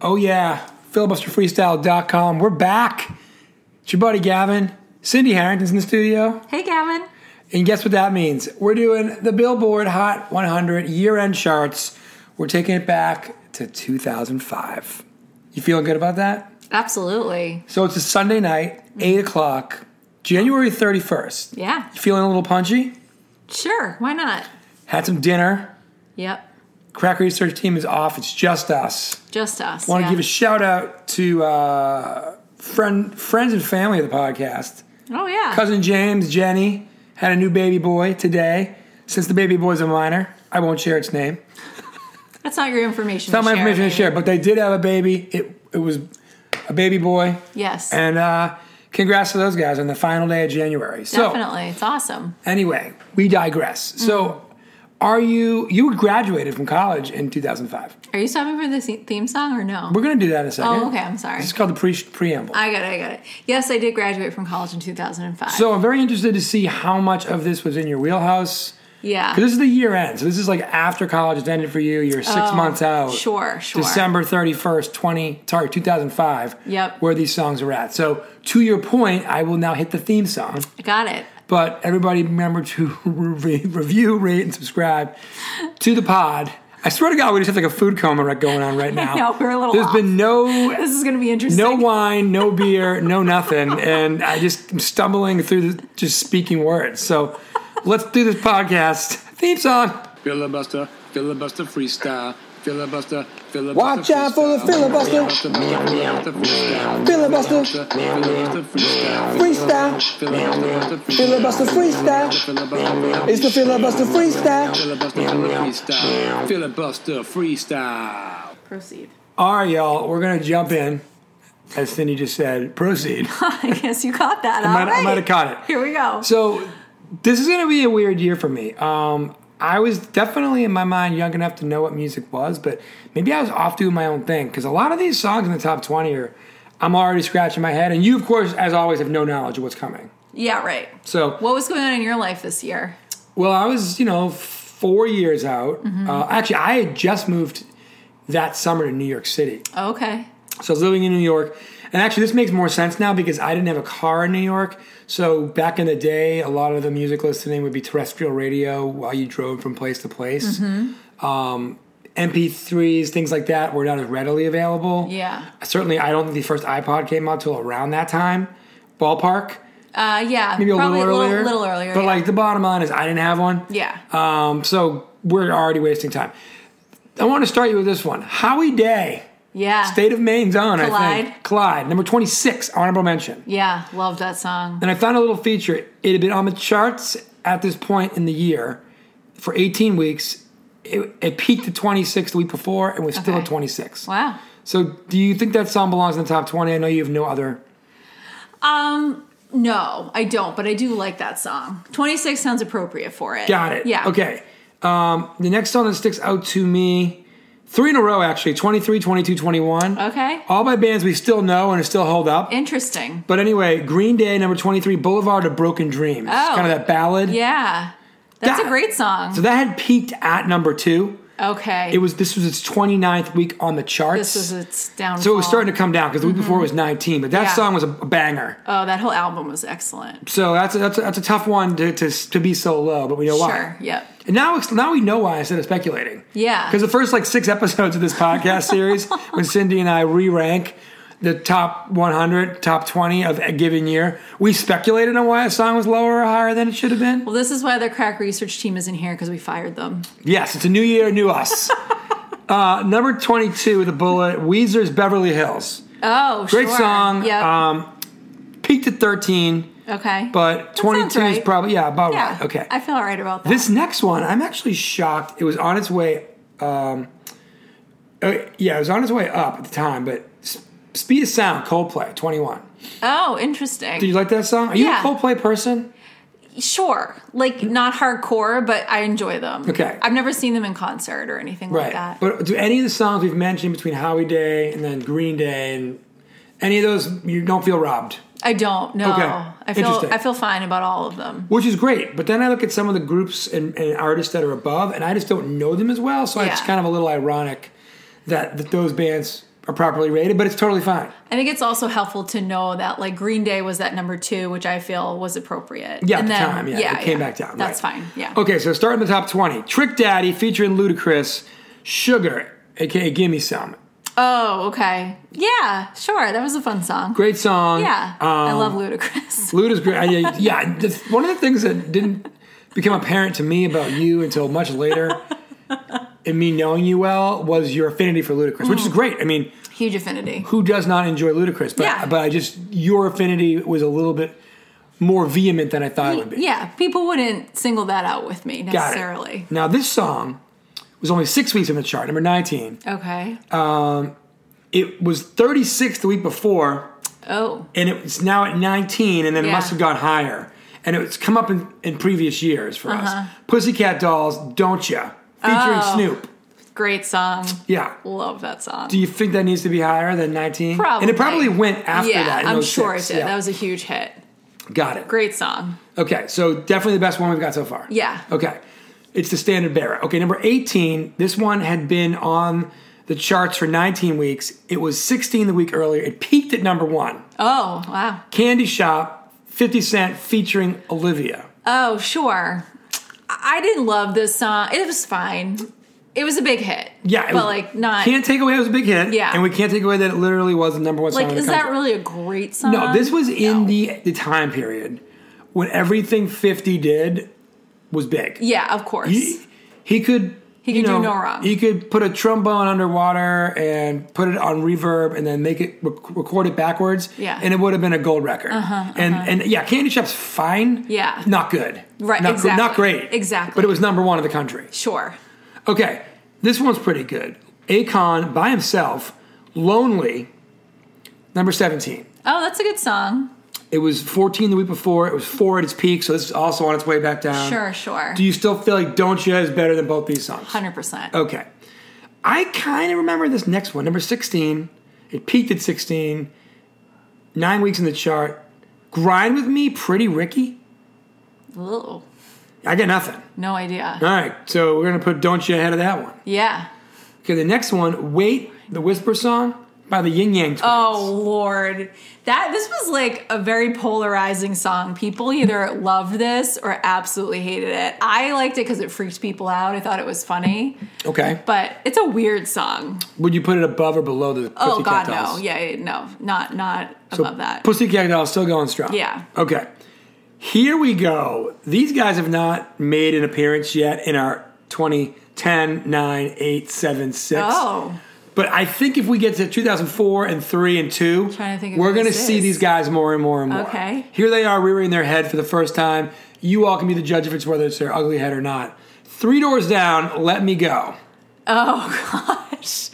Oh, yeah. Filibusterfreestyle.com. We're back. It's your buddy Gavin. Cindy Harrington's in the studio. Hey, Gavin. And guess what that means? We're doing the Billboard Hot 100 year end charts. We're taking it back to 2005. You feeling good about that? Absolutely. So it's a Sunday night, 8 o'clock, January 31st. Yeah. You feeling a little punchy? Sure. Why not? Had some dinner. Yep. Crack Research Team is off. It's just us. Just us. Want to yeah. give a shout out to uh, friend, friends and family of the podcast. oh yeah. Cousin James, Jenny, had a new baby boy today. Since the baby boy's a minor, I won't share its name. That's not your information. Not to my share, information to maybe. share, but they did have a baby. It, it was a baby boy. Yes. And uh, congrats to those guys on the final day of January. So, Definitely. It's awesome. anyway, we digress. So, are you, you graduated from college in 2005. Are you stopping for the se- theme song or no? We're going to do that in a second. Oh, okay, I'm sorry. It's called the pre- preamble. I got it. I got it. Yes, I did graduate from college in 2005. so, I'm very interested to see how much of this was in your wheelhouse. yeah. 'Cause This is the year end. So, this is like after college has ended for you. You're six months out. Oh, Sure. Sure. December 31st, 20, sorry, 2005. Yep. Where these songs are at. So, to your point, I will now hit the theme song. Got it. But everybody remember to re- review, rate, and subscribe to the pod. I swear to God, we just have like a food coma right- going on right now. know, we're a little There's off. been no This is going to be interesting. no wine, no beer, no nothing, and I just am stumbling through the, just speaking words. So let's do this podcast theme song. Filibuster, filibuster freestyle. Filibuster, filibuster. Watch out for the filibuster. Filibuster, Filibuster. filibuster freestyle. Freestyle. Filibuster, Filibuster freestyle. Filibuster, It's the filibuster freestyle. filibuster freestyle. Filibuster freestyle. Proceed. All right, y'all, we're gonna jump in. As Cindy just said, proceed. I guess you caught that. might- I All right. might have caught it. Here we go. So this is gonna be a weird year for me. Um, I was definitely in my mind young enough to know what music was, but maybe I was off doing my own thing because a lot of these songs in the top twenty are. I'm already scratching my head, and you, of course, as always, have no knowledge of what's coming. yeah. Right. So What was going on in your life this year? Well, I was, you know, four years out. Uh, actually, I had just moved that summer to New York City. Okay. So I was living in New York. And actually, this makes more sense now because I didn't have a car in New York. So back in the day, a lot of the music listening would be terrestrial radio while you drove from place to place. Mm-hmm. Um, MP3s, things like that, were not as readily available. Yeah. Certainly, I don't think the first iPod came out till around that time, ballpark. Uh, yeah. Maybe a probably little a earlier. little, little earlier. But yeah. like the bottom line is, I didn't have one. Yeah. Um, so we're already wasting time. I want to start you with this one. Howie Day, yeah. State of Maine's own, I Clyde. think. Clyde, number 26, honorable mention. yeah. Loved that song. And I found a little feature. It had been on the charts at this point in the year for 18 weeks. It, it peaked at 26 the week before and was still Okay. at 26. Wow. So do you think that song belongs in the top 20? I know you have no other. Um, no, I don't, but I do like that song. 26 sounds appropriate for it. Got it. Yeah. Okay. Um, the next song that sticks out to me, three in a row actually 23, 22, 21. Okay. All by bands we still know and still hold up. Interesting. But anyway, Green Day, number 23, Boulevard of Broken Dreams. Oh. Kind of that ballad. Yeah. That's That- a great song. So that had peaked at number two. okay. It was this was its 29th week on the charts. this was its downfall. Mm-hmm. so it was starting to come down because the week before it was 19, but that Yeah. song was a banger. Oh, that whole album was excellent. So that's a, that's a, that's a tough one to, to, to be so low, but we know Sure. why. Yep. And now, it's- now we know why instead of speculating. Yeah. Because the first like six episodes of this podcast series, when Cindy and I re rank the top 100, top 20 of a given year, we speculated on why a song was lower or higher than it should have been. Well, this is why the crack research team isn't here because we fired them. Yes, it's a new year, new us. uh, number 22 with a bullet Weezer's Beverly Hills. Oh, Great sure. song. Yep. Um, peaked at 13, okay. but That sounds 22 is right. probably, yeah, about Yeah. right. Okay. I feel all right about that. This next one, I'm actually shocked. It was on its way. Um, uh, yeah, it was on its way up at the time. But S- Speed of Sound, Coldplay, 21. oh, Did interesting. you like that song? Are you Yeah. a Coldplay person? Sure. Like, not hardcore, but I enjoy them. Mm-hmm. Okay. I've never seen them in concert or anything like that. But do any of the songs we've mentioned between Howie Day and then Green Day and any of those, you don't feel robbed, I don't know. Okay. I feel Interesting. I feel fine about all of them. which is great. But then I look at some of the groups and, and artists that are above, and I just don't know them as well. So Yeah. it's kind of a little ironic that, that those bands are properly rated, but it's totally fine. I think it's also helpful to know that like Green Day was at number two, which I feel was appropriate. Yeah, at and the then, time, yeah, it came back down, That's right. fine. Yeah. Okay, so starting the top 20 Trick Daddy featuring Ludacris, Sugar, aka Gimme Some. Oh, okay. Yeah, sure. That was a fun song. Great song. Yeah, I Um, love Ludacris. Luda's great. I, I- yeah, the, one of the things that didn't become apparent to me about you until much later, and me knowing you well, was your affinity for Ludacris, Mm. which is great. I mean, Huge affinity. who does not enjoy Ludacris? But Yeah. but I just your affinity was a little bit more vehement than I thought it would be. Yeah, people wouldn't single that out with me Got it. necessarily. Now this song was only six weeks on the chart, number nineteen. Okay. It was thirty six the week before. oh, and it's now at 19 and then it Yeah. must have gone higher and it's come up in, in previous years for us pussycat dolls don't ya featuring Uh-huh. Oh. snoop great song. yeah Love that song. do you think that needs to be higher than 19 and Probably. it probably went after yeah, that in I'm 06. sure it did. Yeah. That was a huge hit. got it Great song. okay so definitely the best one we've got so far Yeah. okay it's the standard bearer okay number 18 this one had been on the charts for 19 weeks it was 16 the week earlier it peaked at number one Oh, wow. candy shop 50 cent featuring olivia Oh, sure. I I didn't love this song. It was fine. It was a big hit. Yeah, it was- but like not Can't take away it was a big hit. Yeah. and we can't take away that it literally was the number one like song. in the is that country. really a great song? No, this was in No. the the time period when everything Fifty did was big. yeah, of course. He, he could. He you could do know, no wrong. He could put a trombone underwater and put it on reverb and then make it rec- record it backwards. Yeah. Uh-huh, and it would have been a gold record. And and yeah, Candy Shop's fine. Yeah. not good. Right, not, gr- not exactly. great. Exactly. but it was number one in the country. sure. Okay, this one's pretty good. Akon by himself, Lonely, number 17. Oh, that's a good song. It was 14 the week before, it was four at its peak, so this is also on its way back down. Sure, sure. Um, Do you Oh. still feel like Don't You is better than both these songs? 100%. Okay. I kind of remember this next one, number 16. It peaked at 16, nine weeks in the chart. Grind with Me, Pretty Ricky. Ooh, I got nothing. no idea. All right, so we're going to put Don't You ahead of that one. Yeah. Okay, the next one, Wait, the Whisper Song by the Yin Yang Twins. Oh lord. That this was like a very polarizing song. People either loved this or absolutely hated it. I liked it cuz it freaked people out. I thought it was funny, Okay. but it's a weird song. Would you put it above or below the Pussycat Oh god Dolls? no. Yeah, yeah, no. Not not So above that. Pussycat Dolls still going strong. Yeah. Okay. Here we go. These guys have not made an appearance yet in our 20, 10, 9, 8, 7, 6. Oh. But I think if we get to 2004 and 3 and 2, trying to think of we're who going to this see is. these guys more and more and more. Okay. Here they are rearing their head for the first time. You all can be the judge if it's whether it's their ugly head or not. Three doors down, let me go. Oh gosh.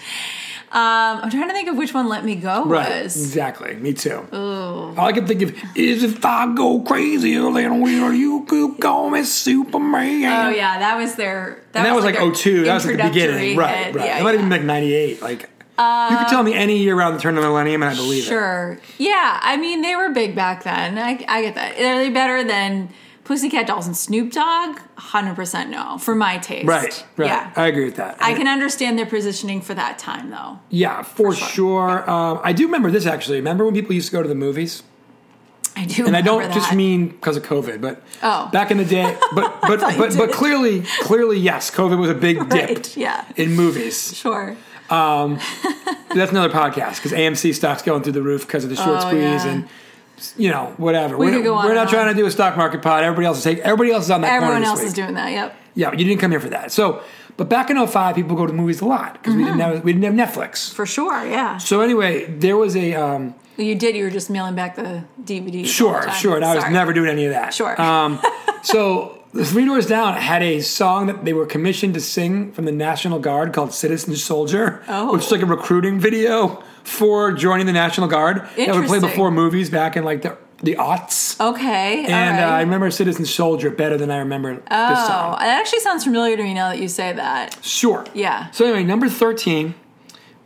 Um, I'm trying to think of which one Let Me Go Right. was. Exactly. Me too. All I can think of is if I go crazy a little weird, you could call me Superman. Oh yeah, that was their And that was like, their 02. That was at the beginning. introductory Right, hit. right. that Yeah, might yeah. Uh, have been like 98. Like, you could tell me any year around the turn of the millennium and I believe it. Sure. Yeah, I mean they were big back then. I, I get that. Are they better than Pussycat Dolls and Snoop Dogg? Hundred percent no, for my taste. Right, right. Yeah. I agree with that. I can understand their positioning for that time though. Yeah, for, sure. sure. Um, I do remember this actually. Remember when people used to go to the movies? I do. and I don't remember just that. mean because of COVID, but Oh. back in the day, but but thought you but, but did. clearly, clearly, yes, COVID was a big Right, dip yeah. in movies. Sure. That's another podcast because AMC stock's going through the roof because of the short Oh, squeeze yeah. and you know whatever. We could go on we're and not on. trying to do a stock market pod. Everybody else is taking. Everybody else is on that. corner Everyone this else week. is doing that. Yep. Yeah, you didn't come here for that. So, but back in 05, people go to the movies a lot because we Mm-hmm. didn't have we didn't have Netflix. For sure. Yeah. So anyway, there was a um, You did. You were just mailing back the DVDs. all the sure, time. sure, and I was Sorry. never doing any of that. Sure. Um, so the Three Doors Down had a song that they were commissioned to sing from the National Guard called "Citizen Soldier," Oh. which is like a recruiting video for joining the National Guard that would play Interesting. before movies back in like the the aughts. Okay. And all uh, I right. remember "Citizen Soldier" better than I remember this Oh, song. it actually sounds familiar to me now that you say that. Sure. Yeah. So anyway, number thirteen,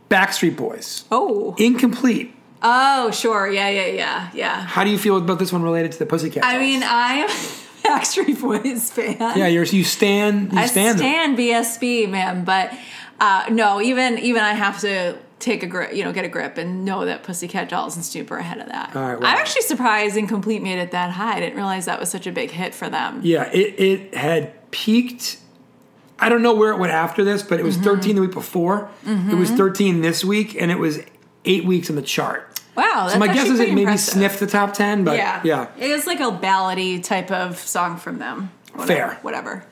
Backstreet Boys, Oh. "Incomplete." Oh, sure. Yeah, yeah, yeah, yeah. How do you feel about this one related to the Pussycat? I Dolls? mean, I am a Backstreet Boys fan. yeah, you're, you stand, you I stand. them. stand BSB, man. But uh, no, even even I have to take a grip, you know, get a grip and know that Pussycat Dolls and Snoop are ahead of that. All right, wow. I'm actually surprised Incomplete made it that high. I didn't realize that was such a big hit for them. Yeah, it, it had peaked. I don't know where it went after this, but it was Mm-hmm. 13 the week before. It was 13 this week, and it was eight weeks on the chart. Wow, that's So my guess actually is it pretty maybe impressive. sniffed the top 10, but Yeah, yeah. It is like a ballady type of song from them. Whatever, Fair. whatever.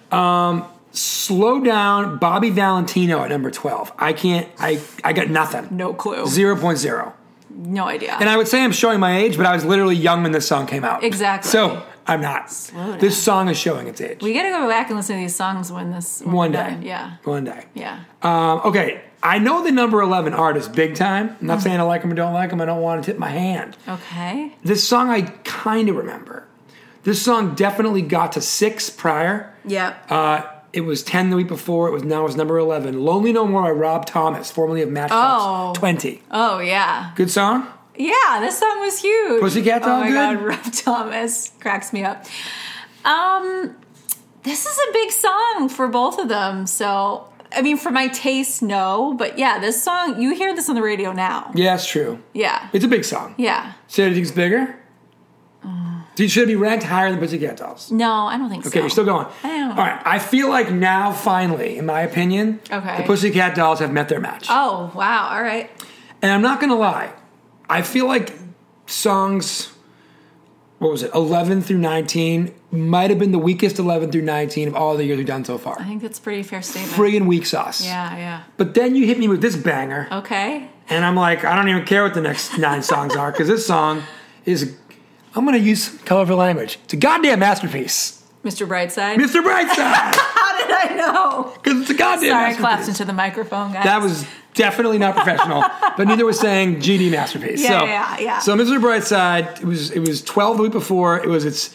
Slow down, Bobby Valentino at number 12. I can't, I, I got nothing. No clue. 0.0. No idea. And I would say I'm showing my age, but I was literally young when this song came out. Exactly. So I'm not. down. This song is showing its age. we got to go back and listen to these songs when this when One we're day. done. Yeah, One day. yeah. Um, okay, I know the number 11 artist big time. I'm not Mm. saying I like him or don't like him. I don't want to tip my hand. Okay. This song I kind of remember. This song definitely got to six prior. Yeah. Uh, it was 10 the week before. It was now it's number 11. Lonely No More by Rob Thomas, formerly of Matchbox Oh. 20. oh yeah. Good song? Yeah. This song was huge. Pussycat Oh Doll my good? god, Rob Thomas cracks me up. Um, this is a big song for both of them. So I mean, for my taste, no. But yeah, this song you hear this on the radio now. Yeah, it's true. Yeah. It's a big song. Yeah. Uh. So you think it's bigger? So it should be ranked higher than Pussycat Dolls. No, I don't think so. Okay, you're still going. I don't know. All right, I feel like now, finally, in my opinion, Okay. the Pussycat Dolls have met their match. Oh wow! All right. And I'm not gonna lie, I feel like songs, what was it, 11 through 19, might have been the weakest 11 through 19 of all the years we've done so I far. think that's a pretty fair statement. Friggin' weak sauce. Yeah. But then you hit me with this banger, Yeah. Okay. and I'm like, I don't even care what the next nine songs are, because this song is, I'm gonna use colorful language. It's a goddamn masterpiece. Mr. Brightside. Mr. Brightside! How did I know? Because it's a goddamn Sorry, I masterpiece. clapped into the microphone, guys. That was definitely not professional, but neither was saying GD masterpiece. Yeah, so, yeah, yeah. So Mr. Brightside, it was it was twelve the week before. It was its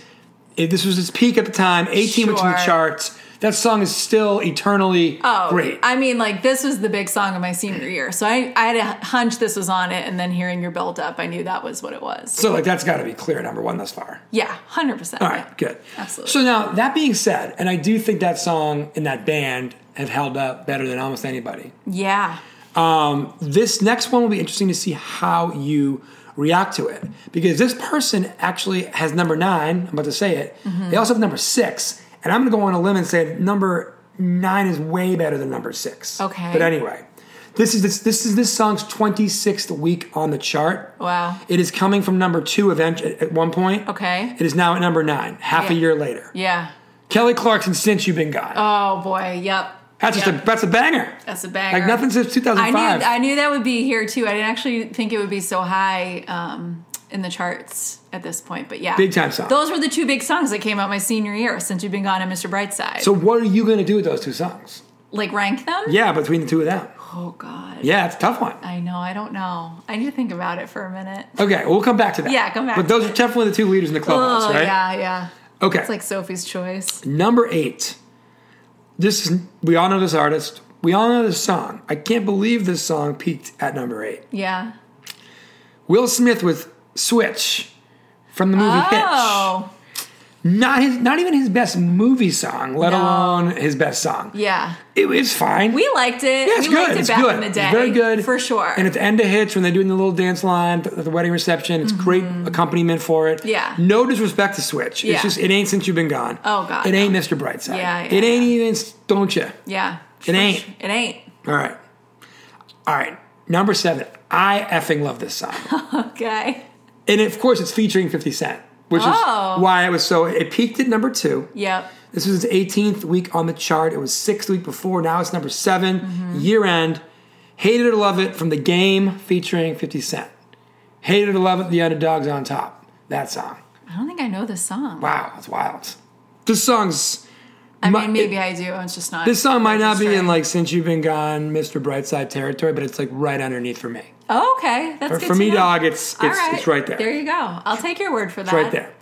it, this was its peak at the time. Eighteen weeks in the Sure. charts. That song is still eternally Oh, great. I mean, like this was the big song of my senior year, so I, I had a hunch this was on it, and then hearing your build up, I knew that was what it was. so like that's got to be clear number one thus far. Yeah, hundred percent. All right, good. Absolutely. So now that being said, and I do think that song and that band have held up better than almost anybody. Yeah. Um, this next one will be interesting to see how you react to it because this person actually has number nine. I'm about to say it. Mm-hmm. They also have number six, and I'm going to go on a limb and say number nine is way better than number six. Okay. But anyway, this is this, this is this song's 26th week on the chart. Wow. It is coming from number two event at, at one point. Okay. It is now at number nine, half a Yeah. year later. Yeah. Kelly Clarkson, since you've been gone, Oh boy. Yep. that's just Yep. a that's a banger. That's a banger. Like nothing since I 2005. knew I knew that would be here too. I didn't actually think it would be so high um, in the charts at this point, but yeah, Big time song. Those were the two big songs that came out my senior year. Since you've been gone, and Mr. Brightside. So what are you going to do with those two songs? like rank them. Yeah, between the two of them. Oh God. Yeah, it's a tough one. I know. I don't know. I need to think about it for a minute. Okay, we'll come back to that. Yeah, come back But to those are it. definitely the two leaders in the clubhouse, oh right? yeah, yeah. Okay. It's like Sophie's Choice. Number eight. This is we all know this artist. We all know this song. I can't believe this song peaked at number eight. Yeah. Will Smith with Switch from the movie Oh. Hitch. Not his not even his best movie song, let No. alone his best song. Yeah. It, it's fine. We liked it. Yeah, it's we good. liked it it's back good. in the It's day. very good For sure. And at the end of hits, when they're doing the little dance line at the wedding reception, it's great accompaniment for it. Mm-hmm. Yeah. No disrespect to Switch. Yeah. It's just it ain't since you've been gone. Oh, God, It ain't Mr. Brightside. Yeah, yeah, It ain't even don't you? yeah. It ain't. It ain't. All right. All right. Number seven. I effing love this song, Okay. and of course it's featuring Fifty Cent, which Oh. is why it was so. It peaked at number two. Yep. This was its 18th week on the chart. It was sixth week before. Now it's number 7 Mm-hmm. year end. Hate it or love it from the game featuring 50 Cent. Hate it or love it, the underdogs on top. That song. I don't think I know this song. Wow, that's wild. This song's. I mean, maybe I do. It's just not. this song might not be in registering. like since you've been gone, Mr. Brightside territory, but it's like right underneath for me. Oh, okay, that's For- good for to me, know. dog, it's- All it's- it's right there. There you go. I'll take your word for It's that. right there.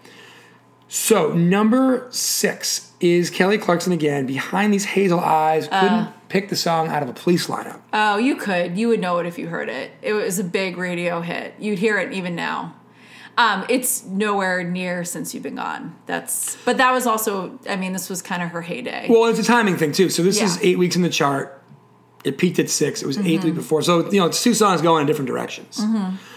So number six is Kelly Clarkson again. Behind these hazel eyes, couldn't Uh. pick the song out of a police lineup. Oh, you could. You would know it if you heard it. It was a big radio hit. You'd hear it even now. Um, it's nowhere near since you've been gone. That's. But that was also. I mean, this was kind of her heyday. Well, it's a timing thing too. So this Yeah. Mm-hmm. is eight weeks in the chart. It peaked at six. It was eighth week before. So you know, it's two songs going in different directions.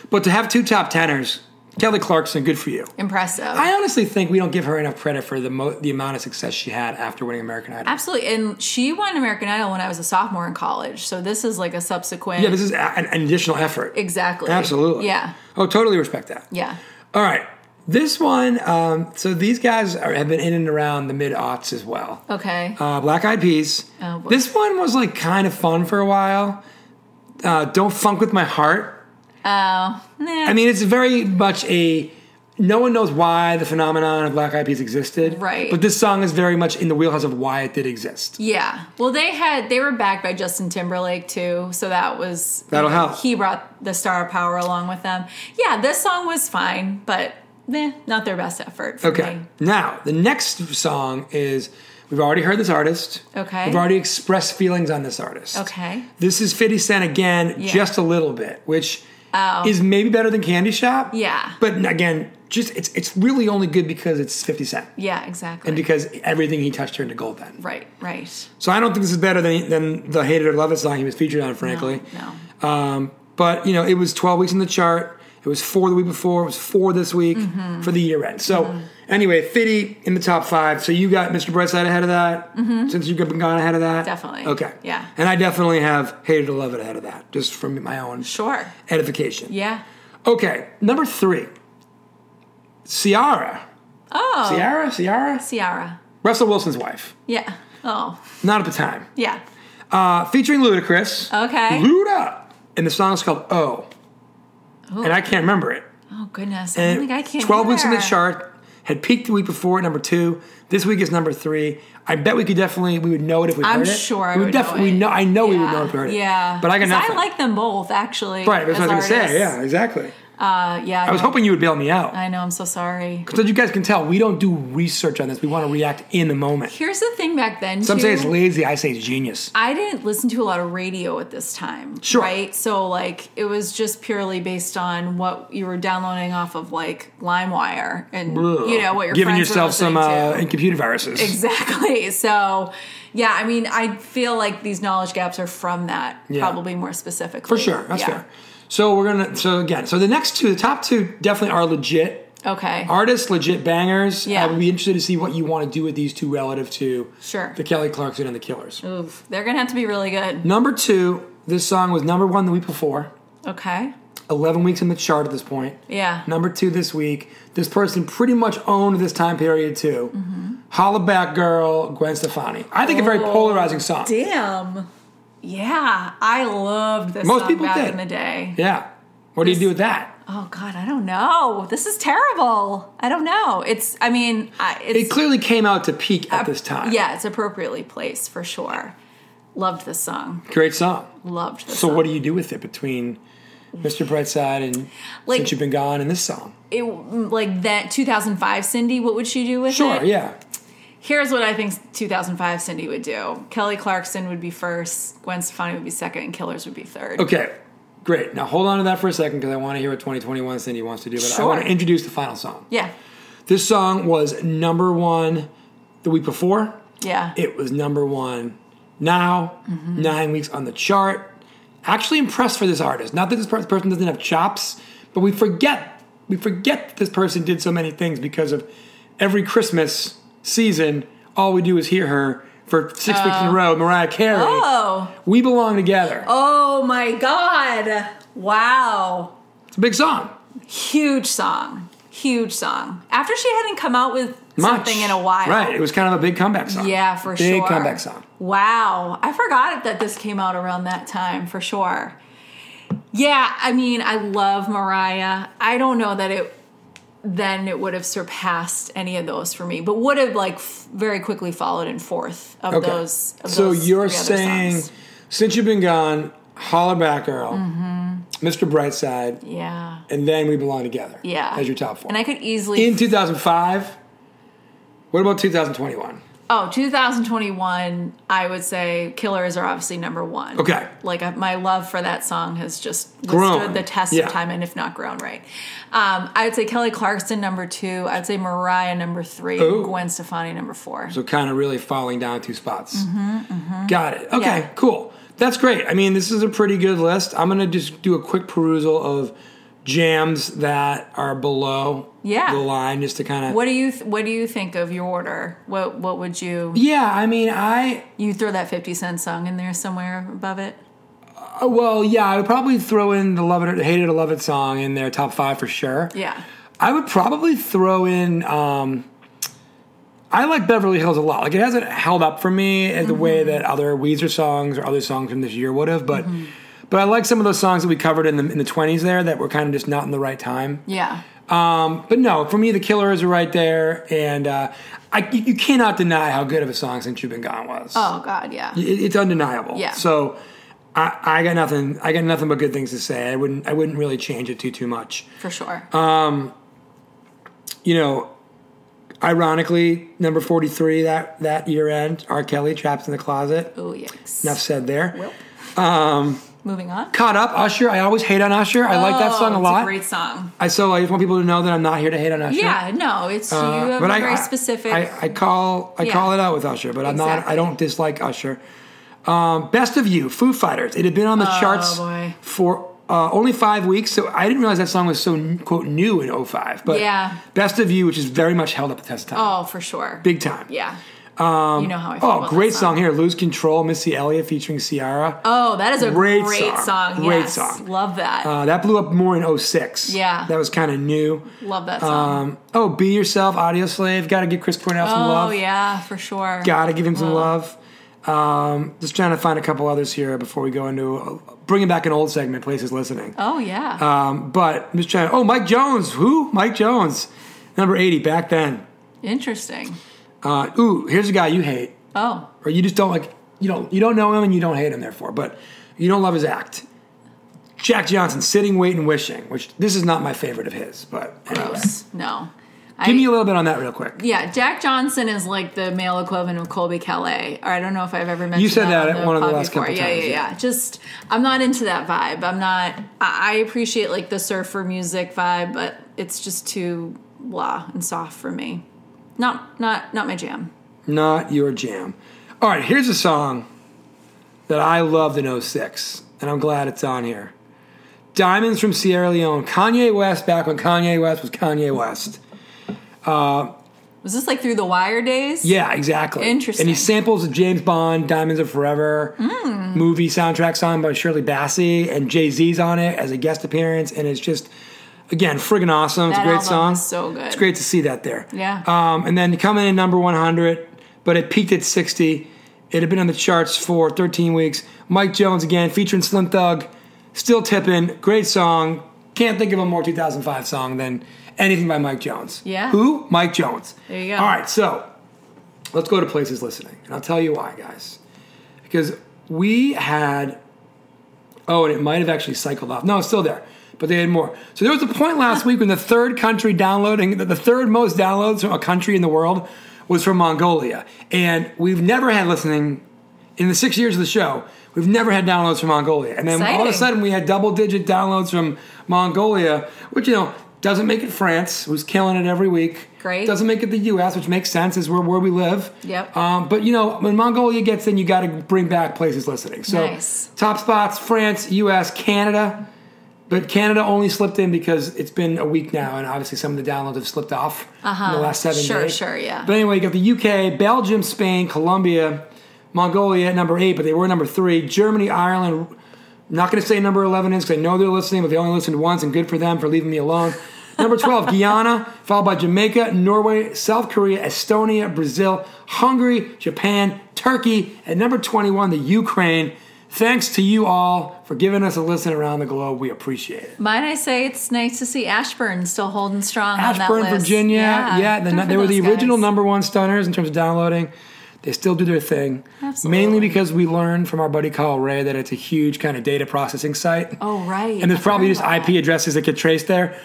But to have two top teners, Kelly Clarkson, good for you. Impressive. I honestly think we don't give her enough credit for the mo- the amount of success she had after winning American Idol. Absolutely. And she won American Idol when I was a sophomore in college. So this is like a subsequent. Yeah, this is a- an, an additional effort. Exactly. Absolutely. Yeah. Oh, totally respect that. Yeah. All right. This one, um, so these guys are, have been in and around the mid aughts as well. Okay. Uh, Black Eyed Peas. Oh, boy. this one was like kind of fun for a while. Uh, Don't funk with my heart. Oh, I mean, it's very much a. No one knows why the phenomenon of Black Eyed Peas existed. Right. But this song is very much in the wheelhouse of why it did exist. yeah. Well, they had they were backed by Justin Timberlake too, so that was That'll help. He brought the star power along with them. Yeah, this song was fine, but eh, not their best effort. For Okay. me. Now, the next song is we've already heard this artist. Okay. We've already expressed feelings on this artist. Okay. This is 50 Cent again, Yeah. Oh. just a little bit, which is maybe better than Candy Shop. Yeah. But again, just it's it's really only good because it's 50 Cent. Yeah. Exactly. And because everything he touched turned to gold then. right. Right. So I don't think this is better than than the Hated or Love It song he was featured on, frankly. No. Um, but you know, it was 12 weeks in the chart. It was four the week before. It was four this week Mm-hmm. for the year end. So anyway, Fitty in the top five. So you got Mr. Brightside ahead of that. Since you've been gone ahead of that, Mm-hmm. Definitely. Okay. Yeah. And I definitely have hated to love it ahead of that, just from my own Sure. edification. Yeah. Okay. Number three. Ciara. Oh. Ciara. Ciara. Ciara. Russell Wilson's wife. Yeah. Oh. Not at the time. Yeah. Uh, featuring Ludacris. Okay. Mm-hmm. Luda. And the song is called Oh. And I can't remember it. Oh goodness. I And don't think I can. 12 weeks in the either. chart, had peaked the week before at number two. This week is number three. I bet we could definitely, we would know it if we I'm heard it. sure I we would know definitely it. know, I know we would know Yeah, if we heard it. Yeah. But I got 'Cause nothing. I like them both, actually. Right, that's what I was as going to say. artists. Yeah, exactly. Uh, yeah. I was hoping you would bail me out. I know. I'm so sorry. so you guys can tell, we don't do research on this. We want to react in the moment. Here's the thing back then. Some too, say it's lazy, I say it's genius. I didn't listen to a lot of radio at this time. Sure. Right? So, like, it was just purely based on what you were downloading off of, like, LimeWire and, you know, what your Giving friends were yourself some listening uh, to. computer viruses. Exactly. So, yeah, I mean, I feel like these knowledge gaps are from that, Yeah. probably more specifically. For sure, that's Yeah. fair. So we're gonna. So again, so the next two, the top two, definitely are legit Okay. artists, legit bangers. Yeah. I would be interested to see what you want to do with these two relative to Sure. the Kelly Clarkson and the Killers. Oof. They're going to have to be really good. Number two, this song was number one the week before. Okay. Eleven weeks in the chart at this point. Yeah. Number two this week. This person pretty much owned this time period too. Holla Back Girl, Gwen Stefani. I think a very Mm-hmm. Oh, polarizing song. Damn. Yeah, I loved this Most song people back did. in the day. Yeah. What do you do with that? Oh God, I don't know. This is terrible. I don't know. It's. I mean, I, it's. It clearly came out to peak at this time. Yeah, it's appropriately placed for sure. Loved this song. Great song. Loved this. So song. what do you do with it between Mr. Brightside and Like- since you've been gone and this song? It, mm, like that 2005 Cindy. What would she do with it? Sure, yeah. Here's what I think 2005 Cindy would do. Kelly Clarkson would be first. Gwen Stefani would be second, and Killers would be third. Okay, great. Now hold on to that for a second because I want to hear what 2021 Cindy wants to do, but I want to Sure. introduce the final song. Yeah. This song was number one the week before. Yeah. It was number one now, nine weeks on the chart. Actually impressed for this artist. Not that this per- person doesn't have chops, but we forget we forget that this person did so many things because of every Christmas season, all we do is hear her for six weeks in a row, Mariah Carey. oh. We belong together. Oh my God. Wow. It's a big song. Huge song. Huge song. After she hadn't come out with Much. something in a while. Right. It was kind of a big comeback song. Yeah, for big sure. Big comeback song. Wow. I forgot that this came out around that time for sure. Yeah, I mean, I love Mariah. I don't know that it then it would have surpassed any of those for me, but would have like f- very quickly followed in fourth of Okay. those. Of so those you're three other saying songs. since you've been gone, holler back, Earl, Mm-hmm. Mr. Brightside, yeah, and then we belong together. yeah, as your top four. and I could easily in 2005. What about 2021? Oh, 2021, I would say Killers are obviously number one. Okay. Like, I- my love for that song has just Grown. withstood the test Yeah. of time and if not grown, right? Um, I would say Kelly Clarkson, number two. I'd say Mariah, number three. Ooh. Gwen Stefani, number four. So kind of really falling down two spots. Got it. Okay, Mm-hmm, Yeah. cool. That's great. I mean, this is a pretty good list. I'm going to just do a quick perusal of jams that are below Yeah. the line just to kind of. What do you th- What do you think of your order? What What would you Yeah, I mean, I. you throw that Fifty Cent song in there somewhere above it? uh, Well, yeah, I would probably throw in the Love It or Hate It or Love It song in their top five for sure. Yeah. I would probably throw in. Um, I like Beverly Hills a lot. Like it hasn't held up for me in the way Mm-hmm. that other Weezer songs or other songs from this year would have, but but I like some of those songs that we covered in the in the twenties there that were kind of just not in the right time. Yeah. Um, but no, for me, the Killers are right there, and uh, I you, you cannot deny how good of a song since you've been gone was. Oh God. Yeah. It- it's undeniable. Yeah. So. I, I got nothing. I got nothing but good things to say. I wouldn't. I wouldn't really change it too too much. For sure. Uh, you know, ironically, number forty three that that year end, R. Kelly, Traps in the Closet. oh yikes. Enough said there. Well. Moving on. Caught up, Usher. I always hate on Usher. I like that Oh, song a it's lot. great song. I so I just want people to know that I'm not here to hate on Usher. Yeah. No, it's Uh, you have but a I- very I- specific. I, I call I Yeah. call it out with Usher, but I'm not. I Exactly. don't dislike Usher. Um, Best of You, Foo Fighters. It had been on the charts Oh, boy. for uh, only five weeks, so I didn't realize that song was so quote new in 05. But Yeah. Best of You, which is very much held up the test of time, oh, for sure. big time. yeah. you know how I feel. Oh, about great that song. here. Lose Control, Missy Elliott featuring Ciara. Oh, that is a Great great, song. song. Great yes. song. Love that. Uh, that blew up more in 06. Yeah. That was kind of new. Love that song. Um, oh, Be Yourself, Audio Slave. Gotta give Chris Cornell some oh love. yeah, for sure. Gotta give him some love. Um, just trying to find a couple others here before we go into uh, bringing back an old segment, Places Listening. Oh yeah. Um, but I'm just trying Oh, Mike Jones. Who? Mike Jones. Number 80, back then. Interesting. Uh, ooh, here's a guy you hate. Oh, or you just don't like you don't you don't know him and you don't hate him therefore but you don't love his act jack johnson sitting waiting wishing which this is not my favorite of his but anyway. gross. No. I, give me a little bit on that real quick yeah, Jack Johnson is like the male equivalent of Colby Calais. Or I don't know if I've ever mentioned said that on at the one of the pod last before. couple yeah, times, Yeah, yeah. yeah, Just I'm not into that vibe. I'm not. I, I appreciate like the surfer music vibe, but it's just too blah and soft for me. Not not not my jam. not your jam all right here's a song that i loved in 06 and i'm glad it's on here diamonds from sierra leone kanye west back when kanye west was kanye west Was this like through the wire days? yeah exactly Interesting. Mm. and he samples the james bond diamonds are forever movie soundtrack song by Shirley Bassey, and Jay Z's on it as a guest appearance, and it's just again friggin' awesome. It's That a great album song. is so good. It's great to see that there. Yeah. Um, and then coming in at number one hundred, but it peaked at sixty. It had been on the charts for thirteen weeks. Mike Jones again featuring Slim Thug, still tipping. Great song. Can't think of a more 2005 song than anything by Mike Jones. Yeah. Who? Mike Jones. There you go. All right, so let's go to places listening, and I'll tell you why, guys because we had oh and it might have actually cycled off no it's still there but they had more so there was a point last week when the third country downloading the the third most downloads from a country in the world was from mongolia and we've never had listening in the six years of the show we've never had downloads from mongolia and then all of a Exciting. sudden we had double digit downloads from mongolia which you know doesn't make it france who's killing it every week Great. doesn't make it the us which makes sense is where, where we live Yep. um, but you know, when Mongolia gets in, you got to bring back places listening. So Nice. top spots: France, U.S., Canada. But Canada only slipped in because it's been a week now, and obviously some of the downloads have slipped off in the last seven Uh-huh. Sure, days. sure, yeah. But anyway, you got the UK, Belgium, Spain, Colombia, Mongolia at number eight, but they were number three. Germany, Ireland. Not going to say number eleven is because I know they're listening, but they only listened once, and good for them for leaving me alone. Number twelve, Guyana, followed by Jamaica, Norway, South Korea, Estonia, Brazil, Hungary, Japan, Turkey, and number twenty-one, the Ukraine. Thanks to you all for giving us a listen around the globe. We appreciate it. Might I say it's nice to see Ashburn still holding strong on Ashburn, that list. Virginia. Yeah, the- good for they were the those guys. original number one stunners in terms of downloading. They still do their thing, Absolutely. mainly because we learned from our buddy Kyle Ray that it's a huge kind of data processing site. Oh right. and there's I probably just forgot about IP that. addresses that get traced there,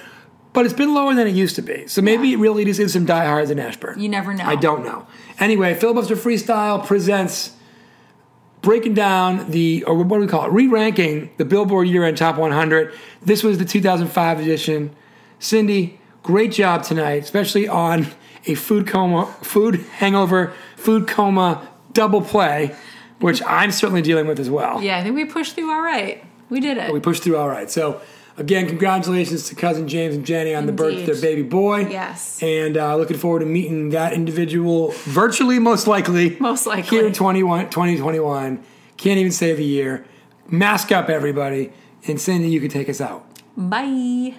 but it's been lower than it used to be. So maybe it really just is some diehards in Ashburn. You never know. I don't know. Anyway, Filibuster Freestyle presents breaking down the or what do we call it? Re-ranking the Billboard Year-End Top 100. This was the 2005 edition. Cindy, great job tonight, especially on a food coma, food hangover, food coma double play. which I'm certainly dealing with as well. Yeah, I think we pushed through all right. We did it. We pushed through all right. So, again, congratulations to cousin James and Jenny on the birth of Indeed. their baby boy. Yes. And uh, looking forward to meeting that individual virtually, most likely. Most likely. Here in 21, 2021. Can't even say the year. Mask up, everybody. And Cindy, you can take us out. Bye.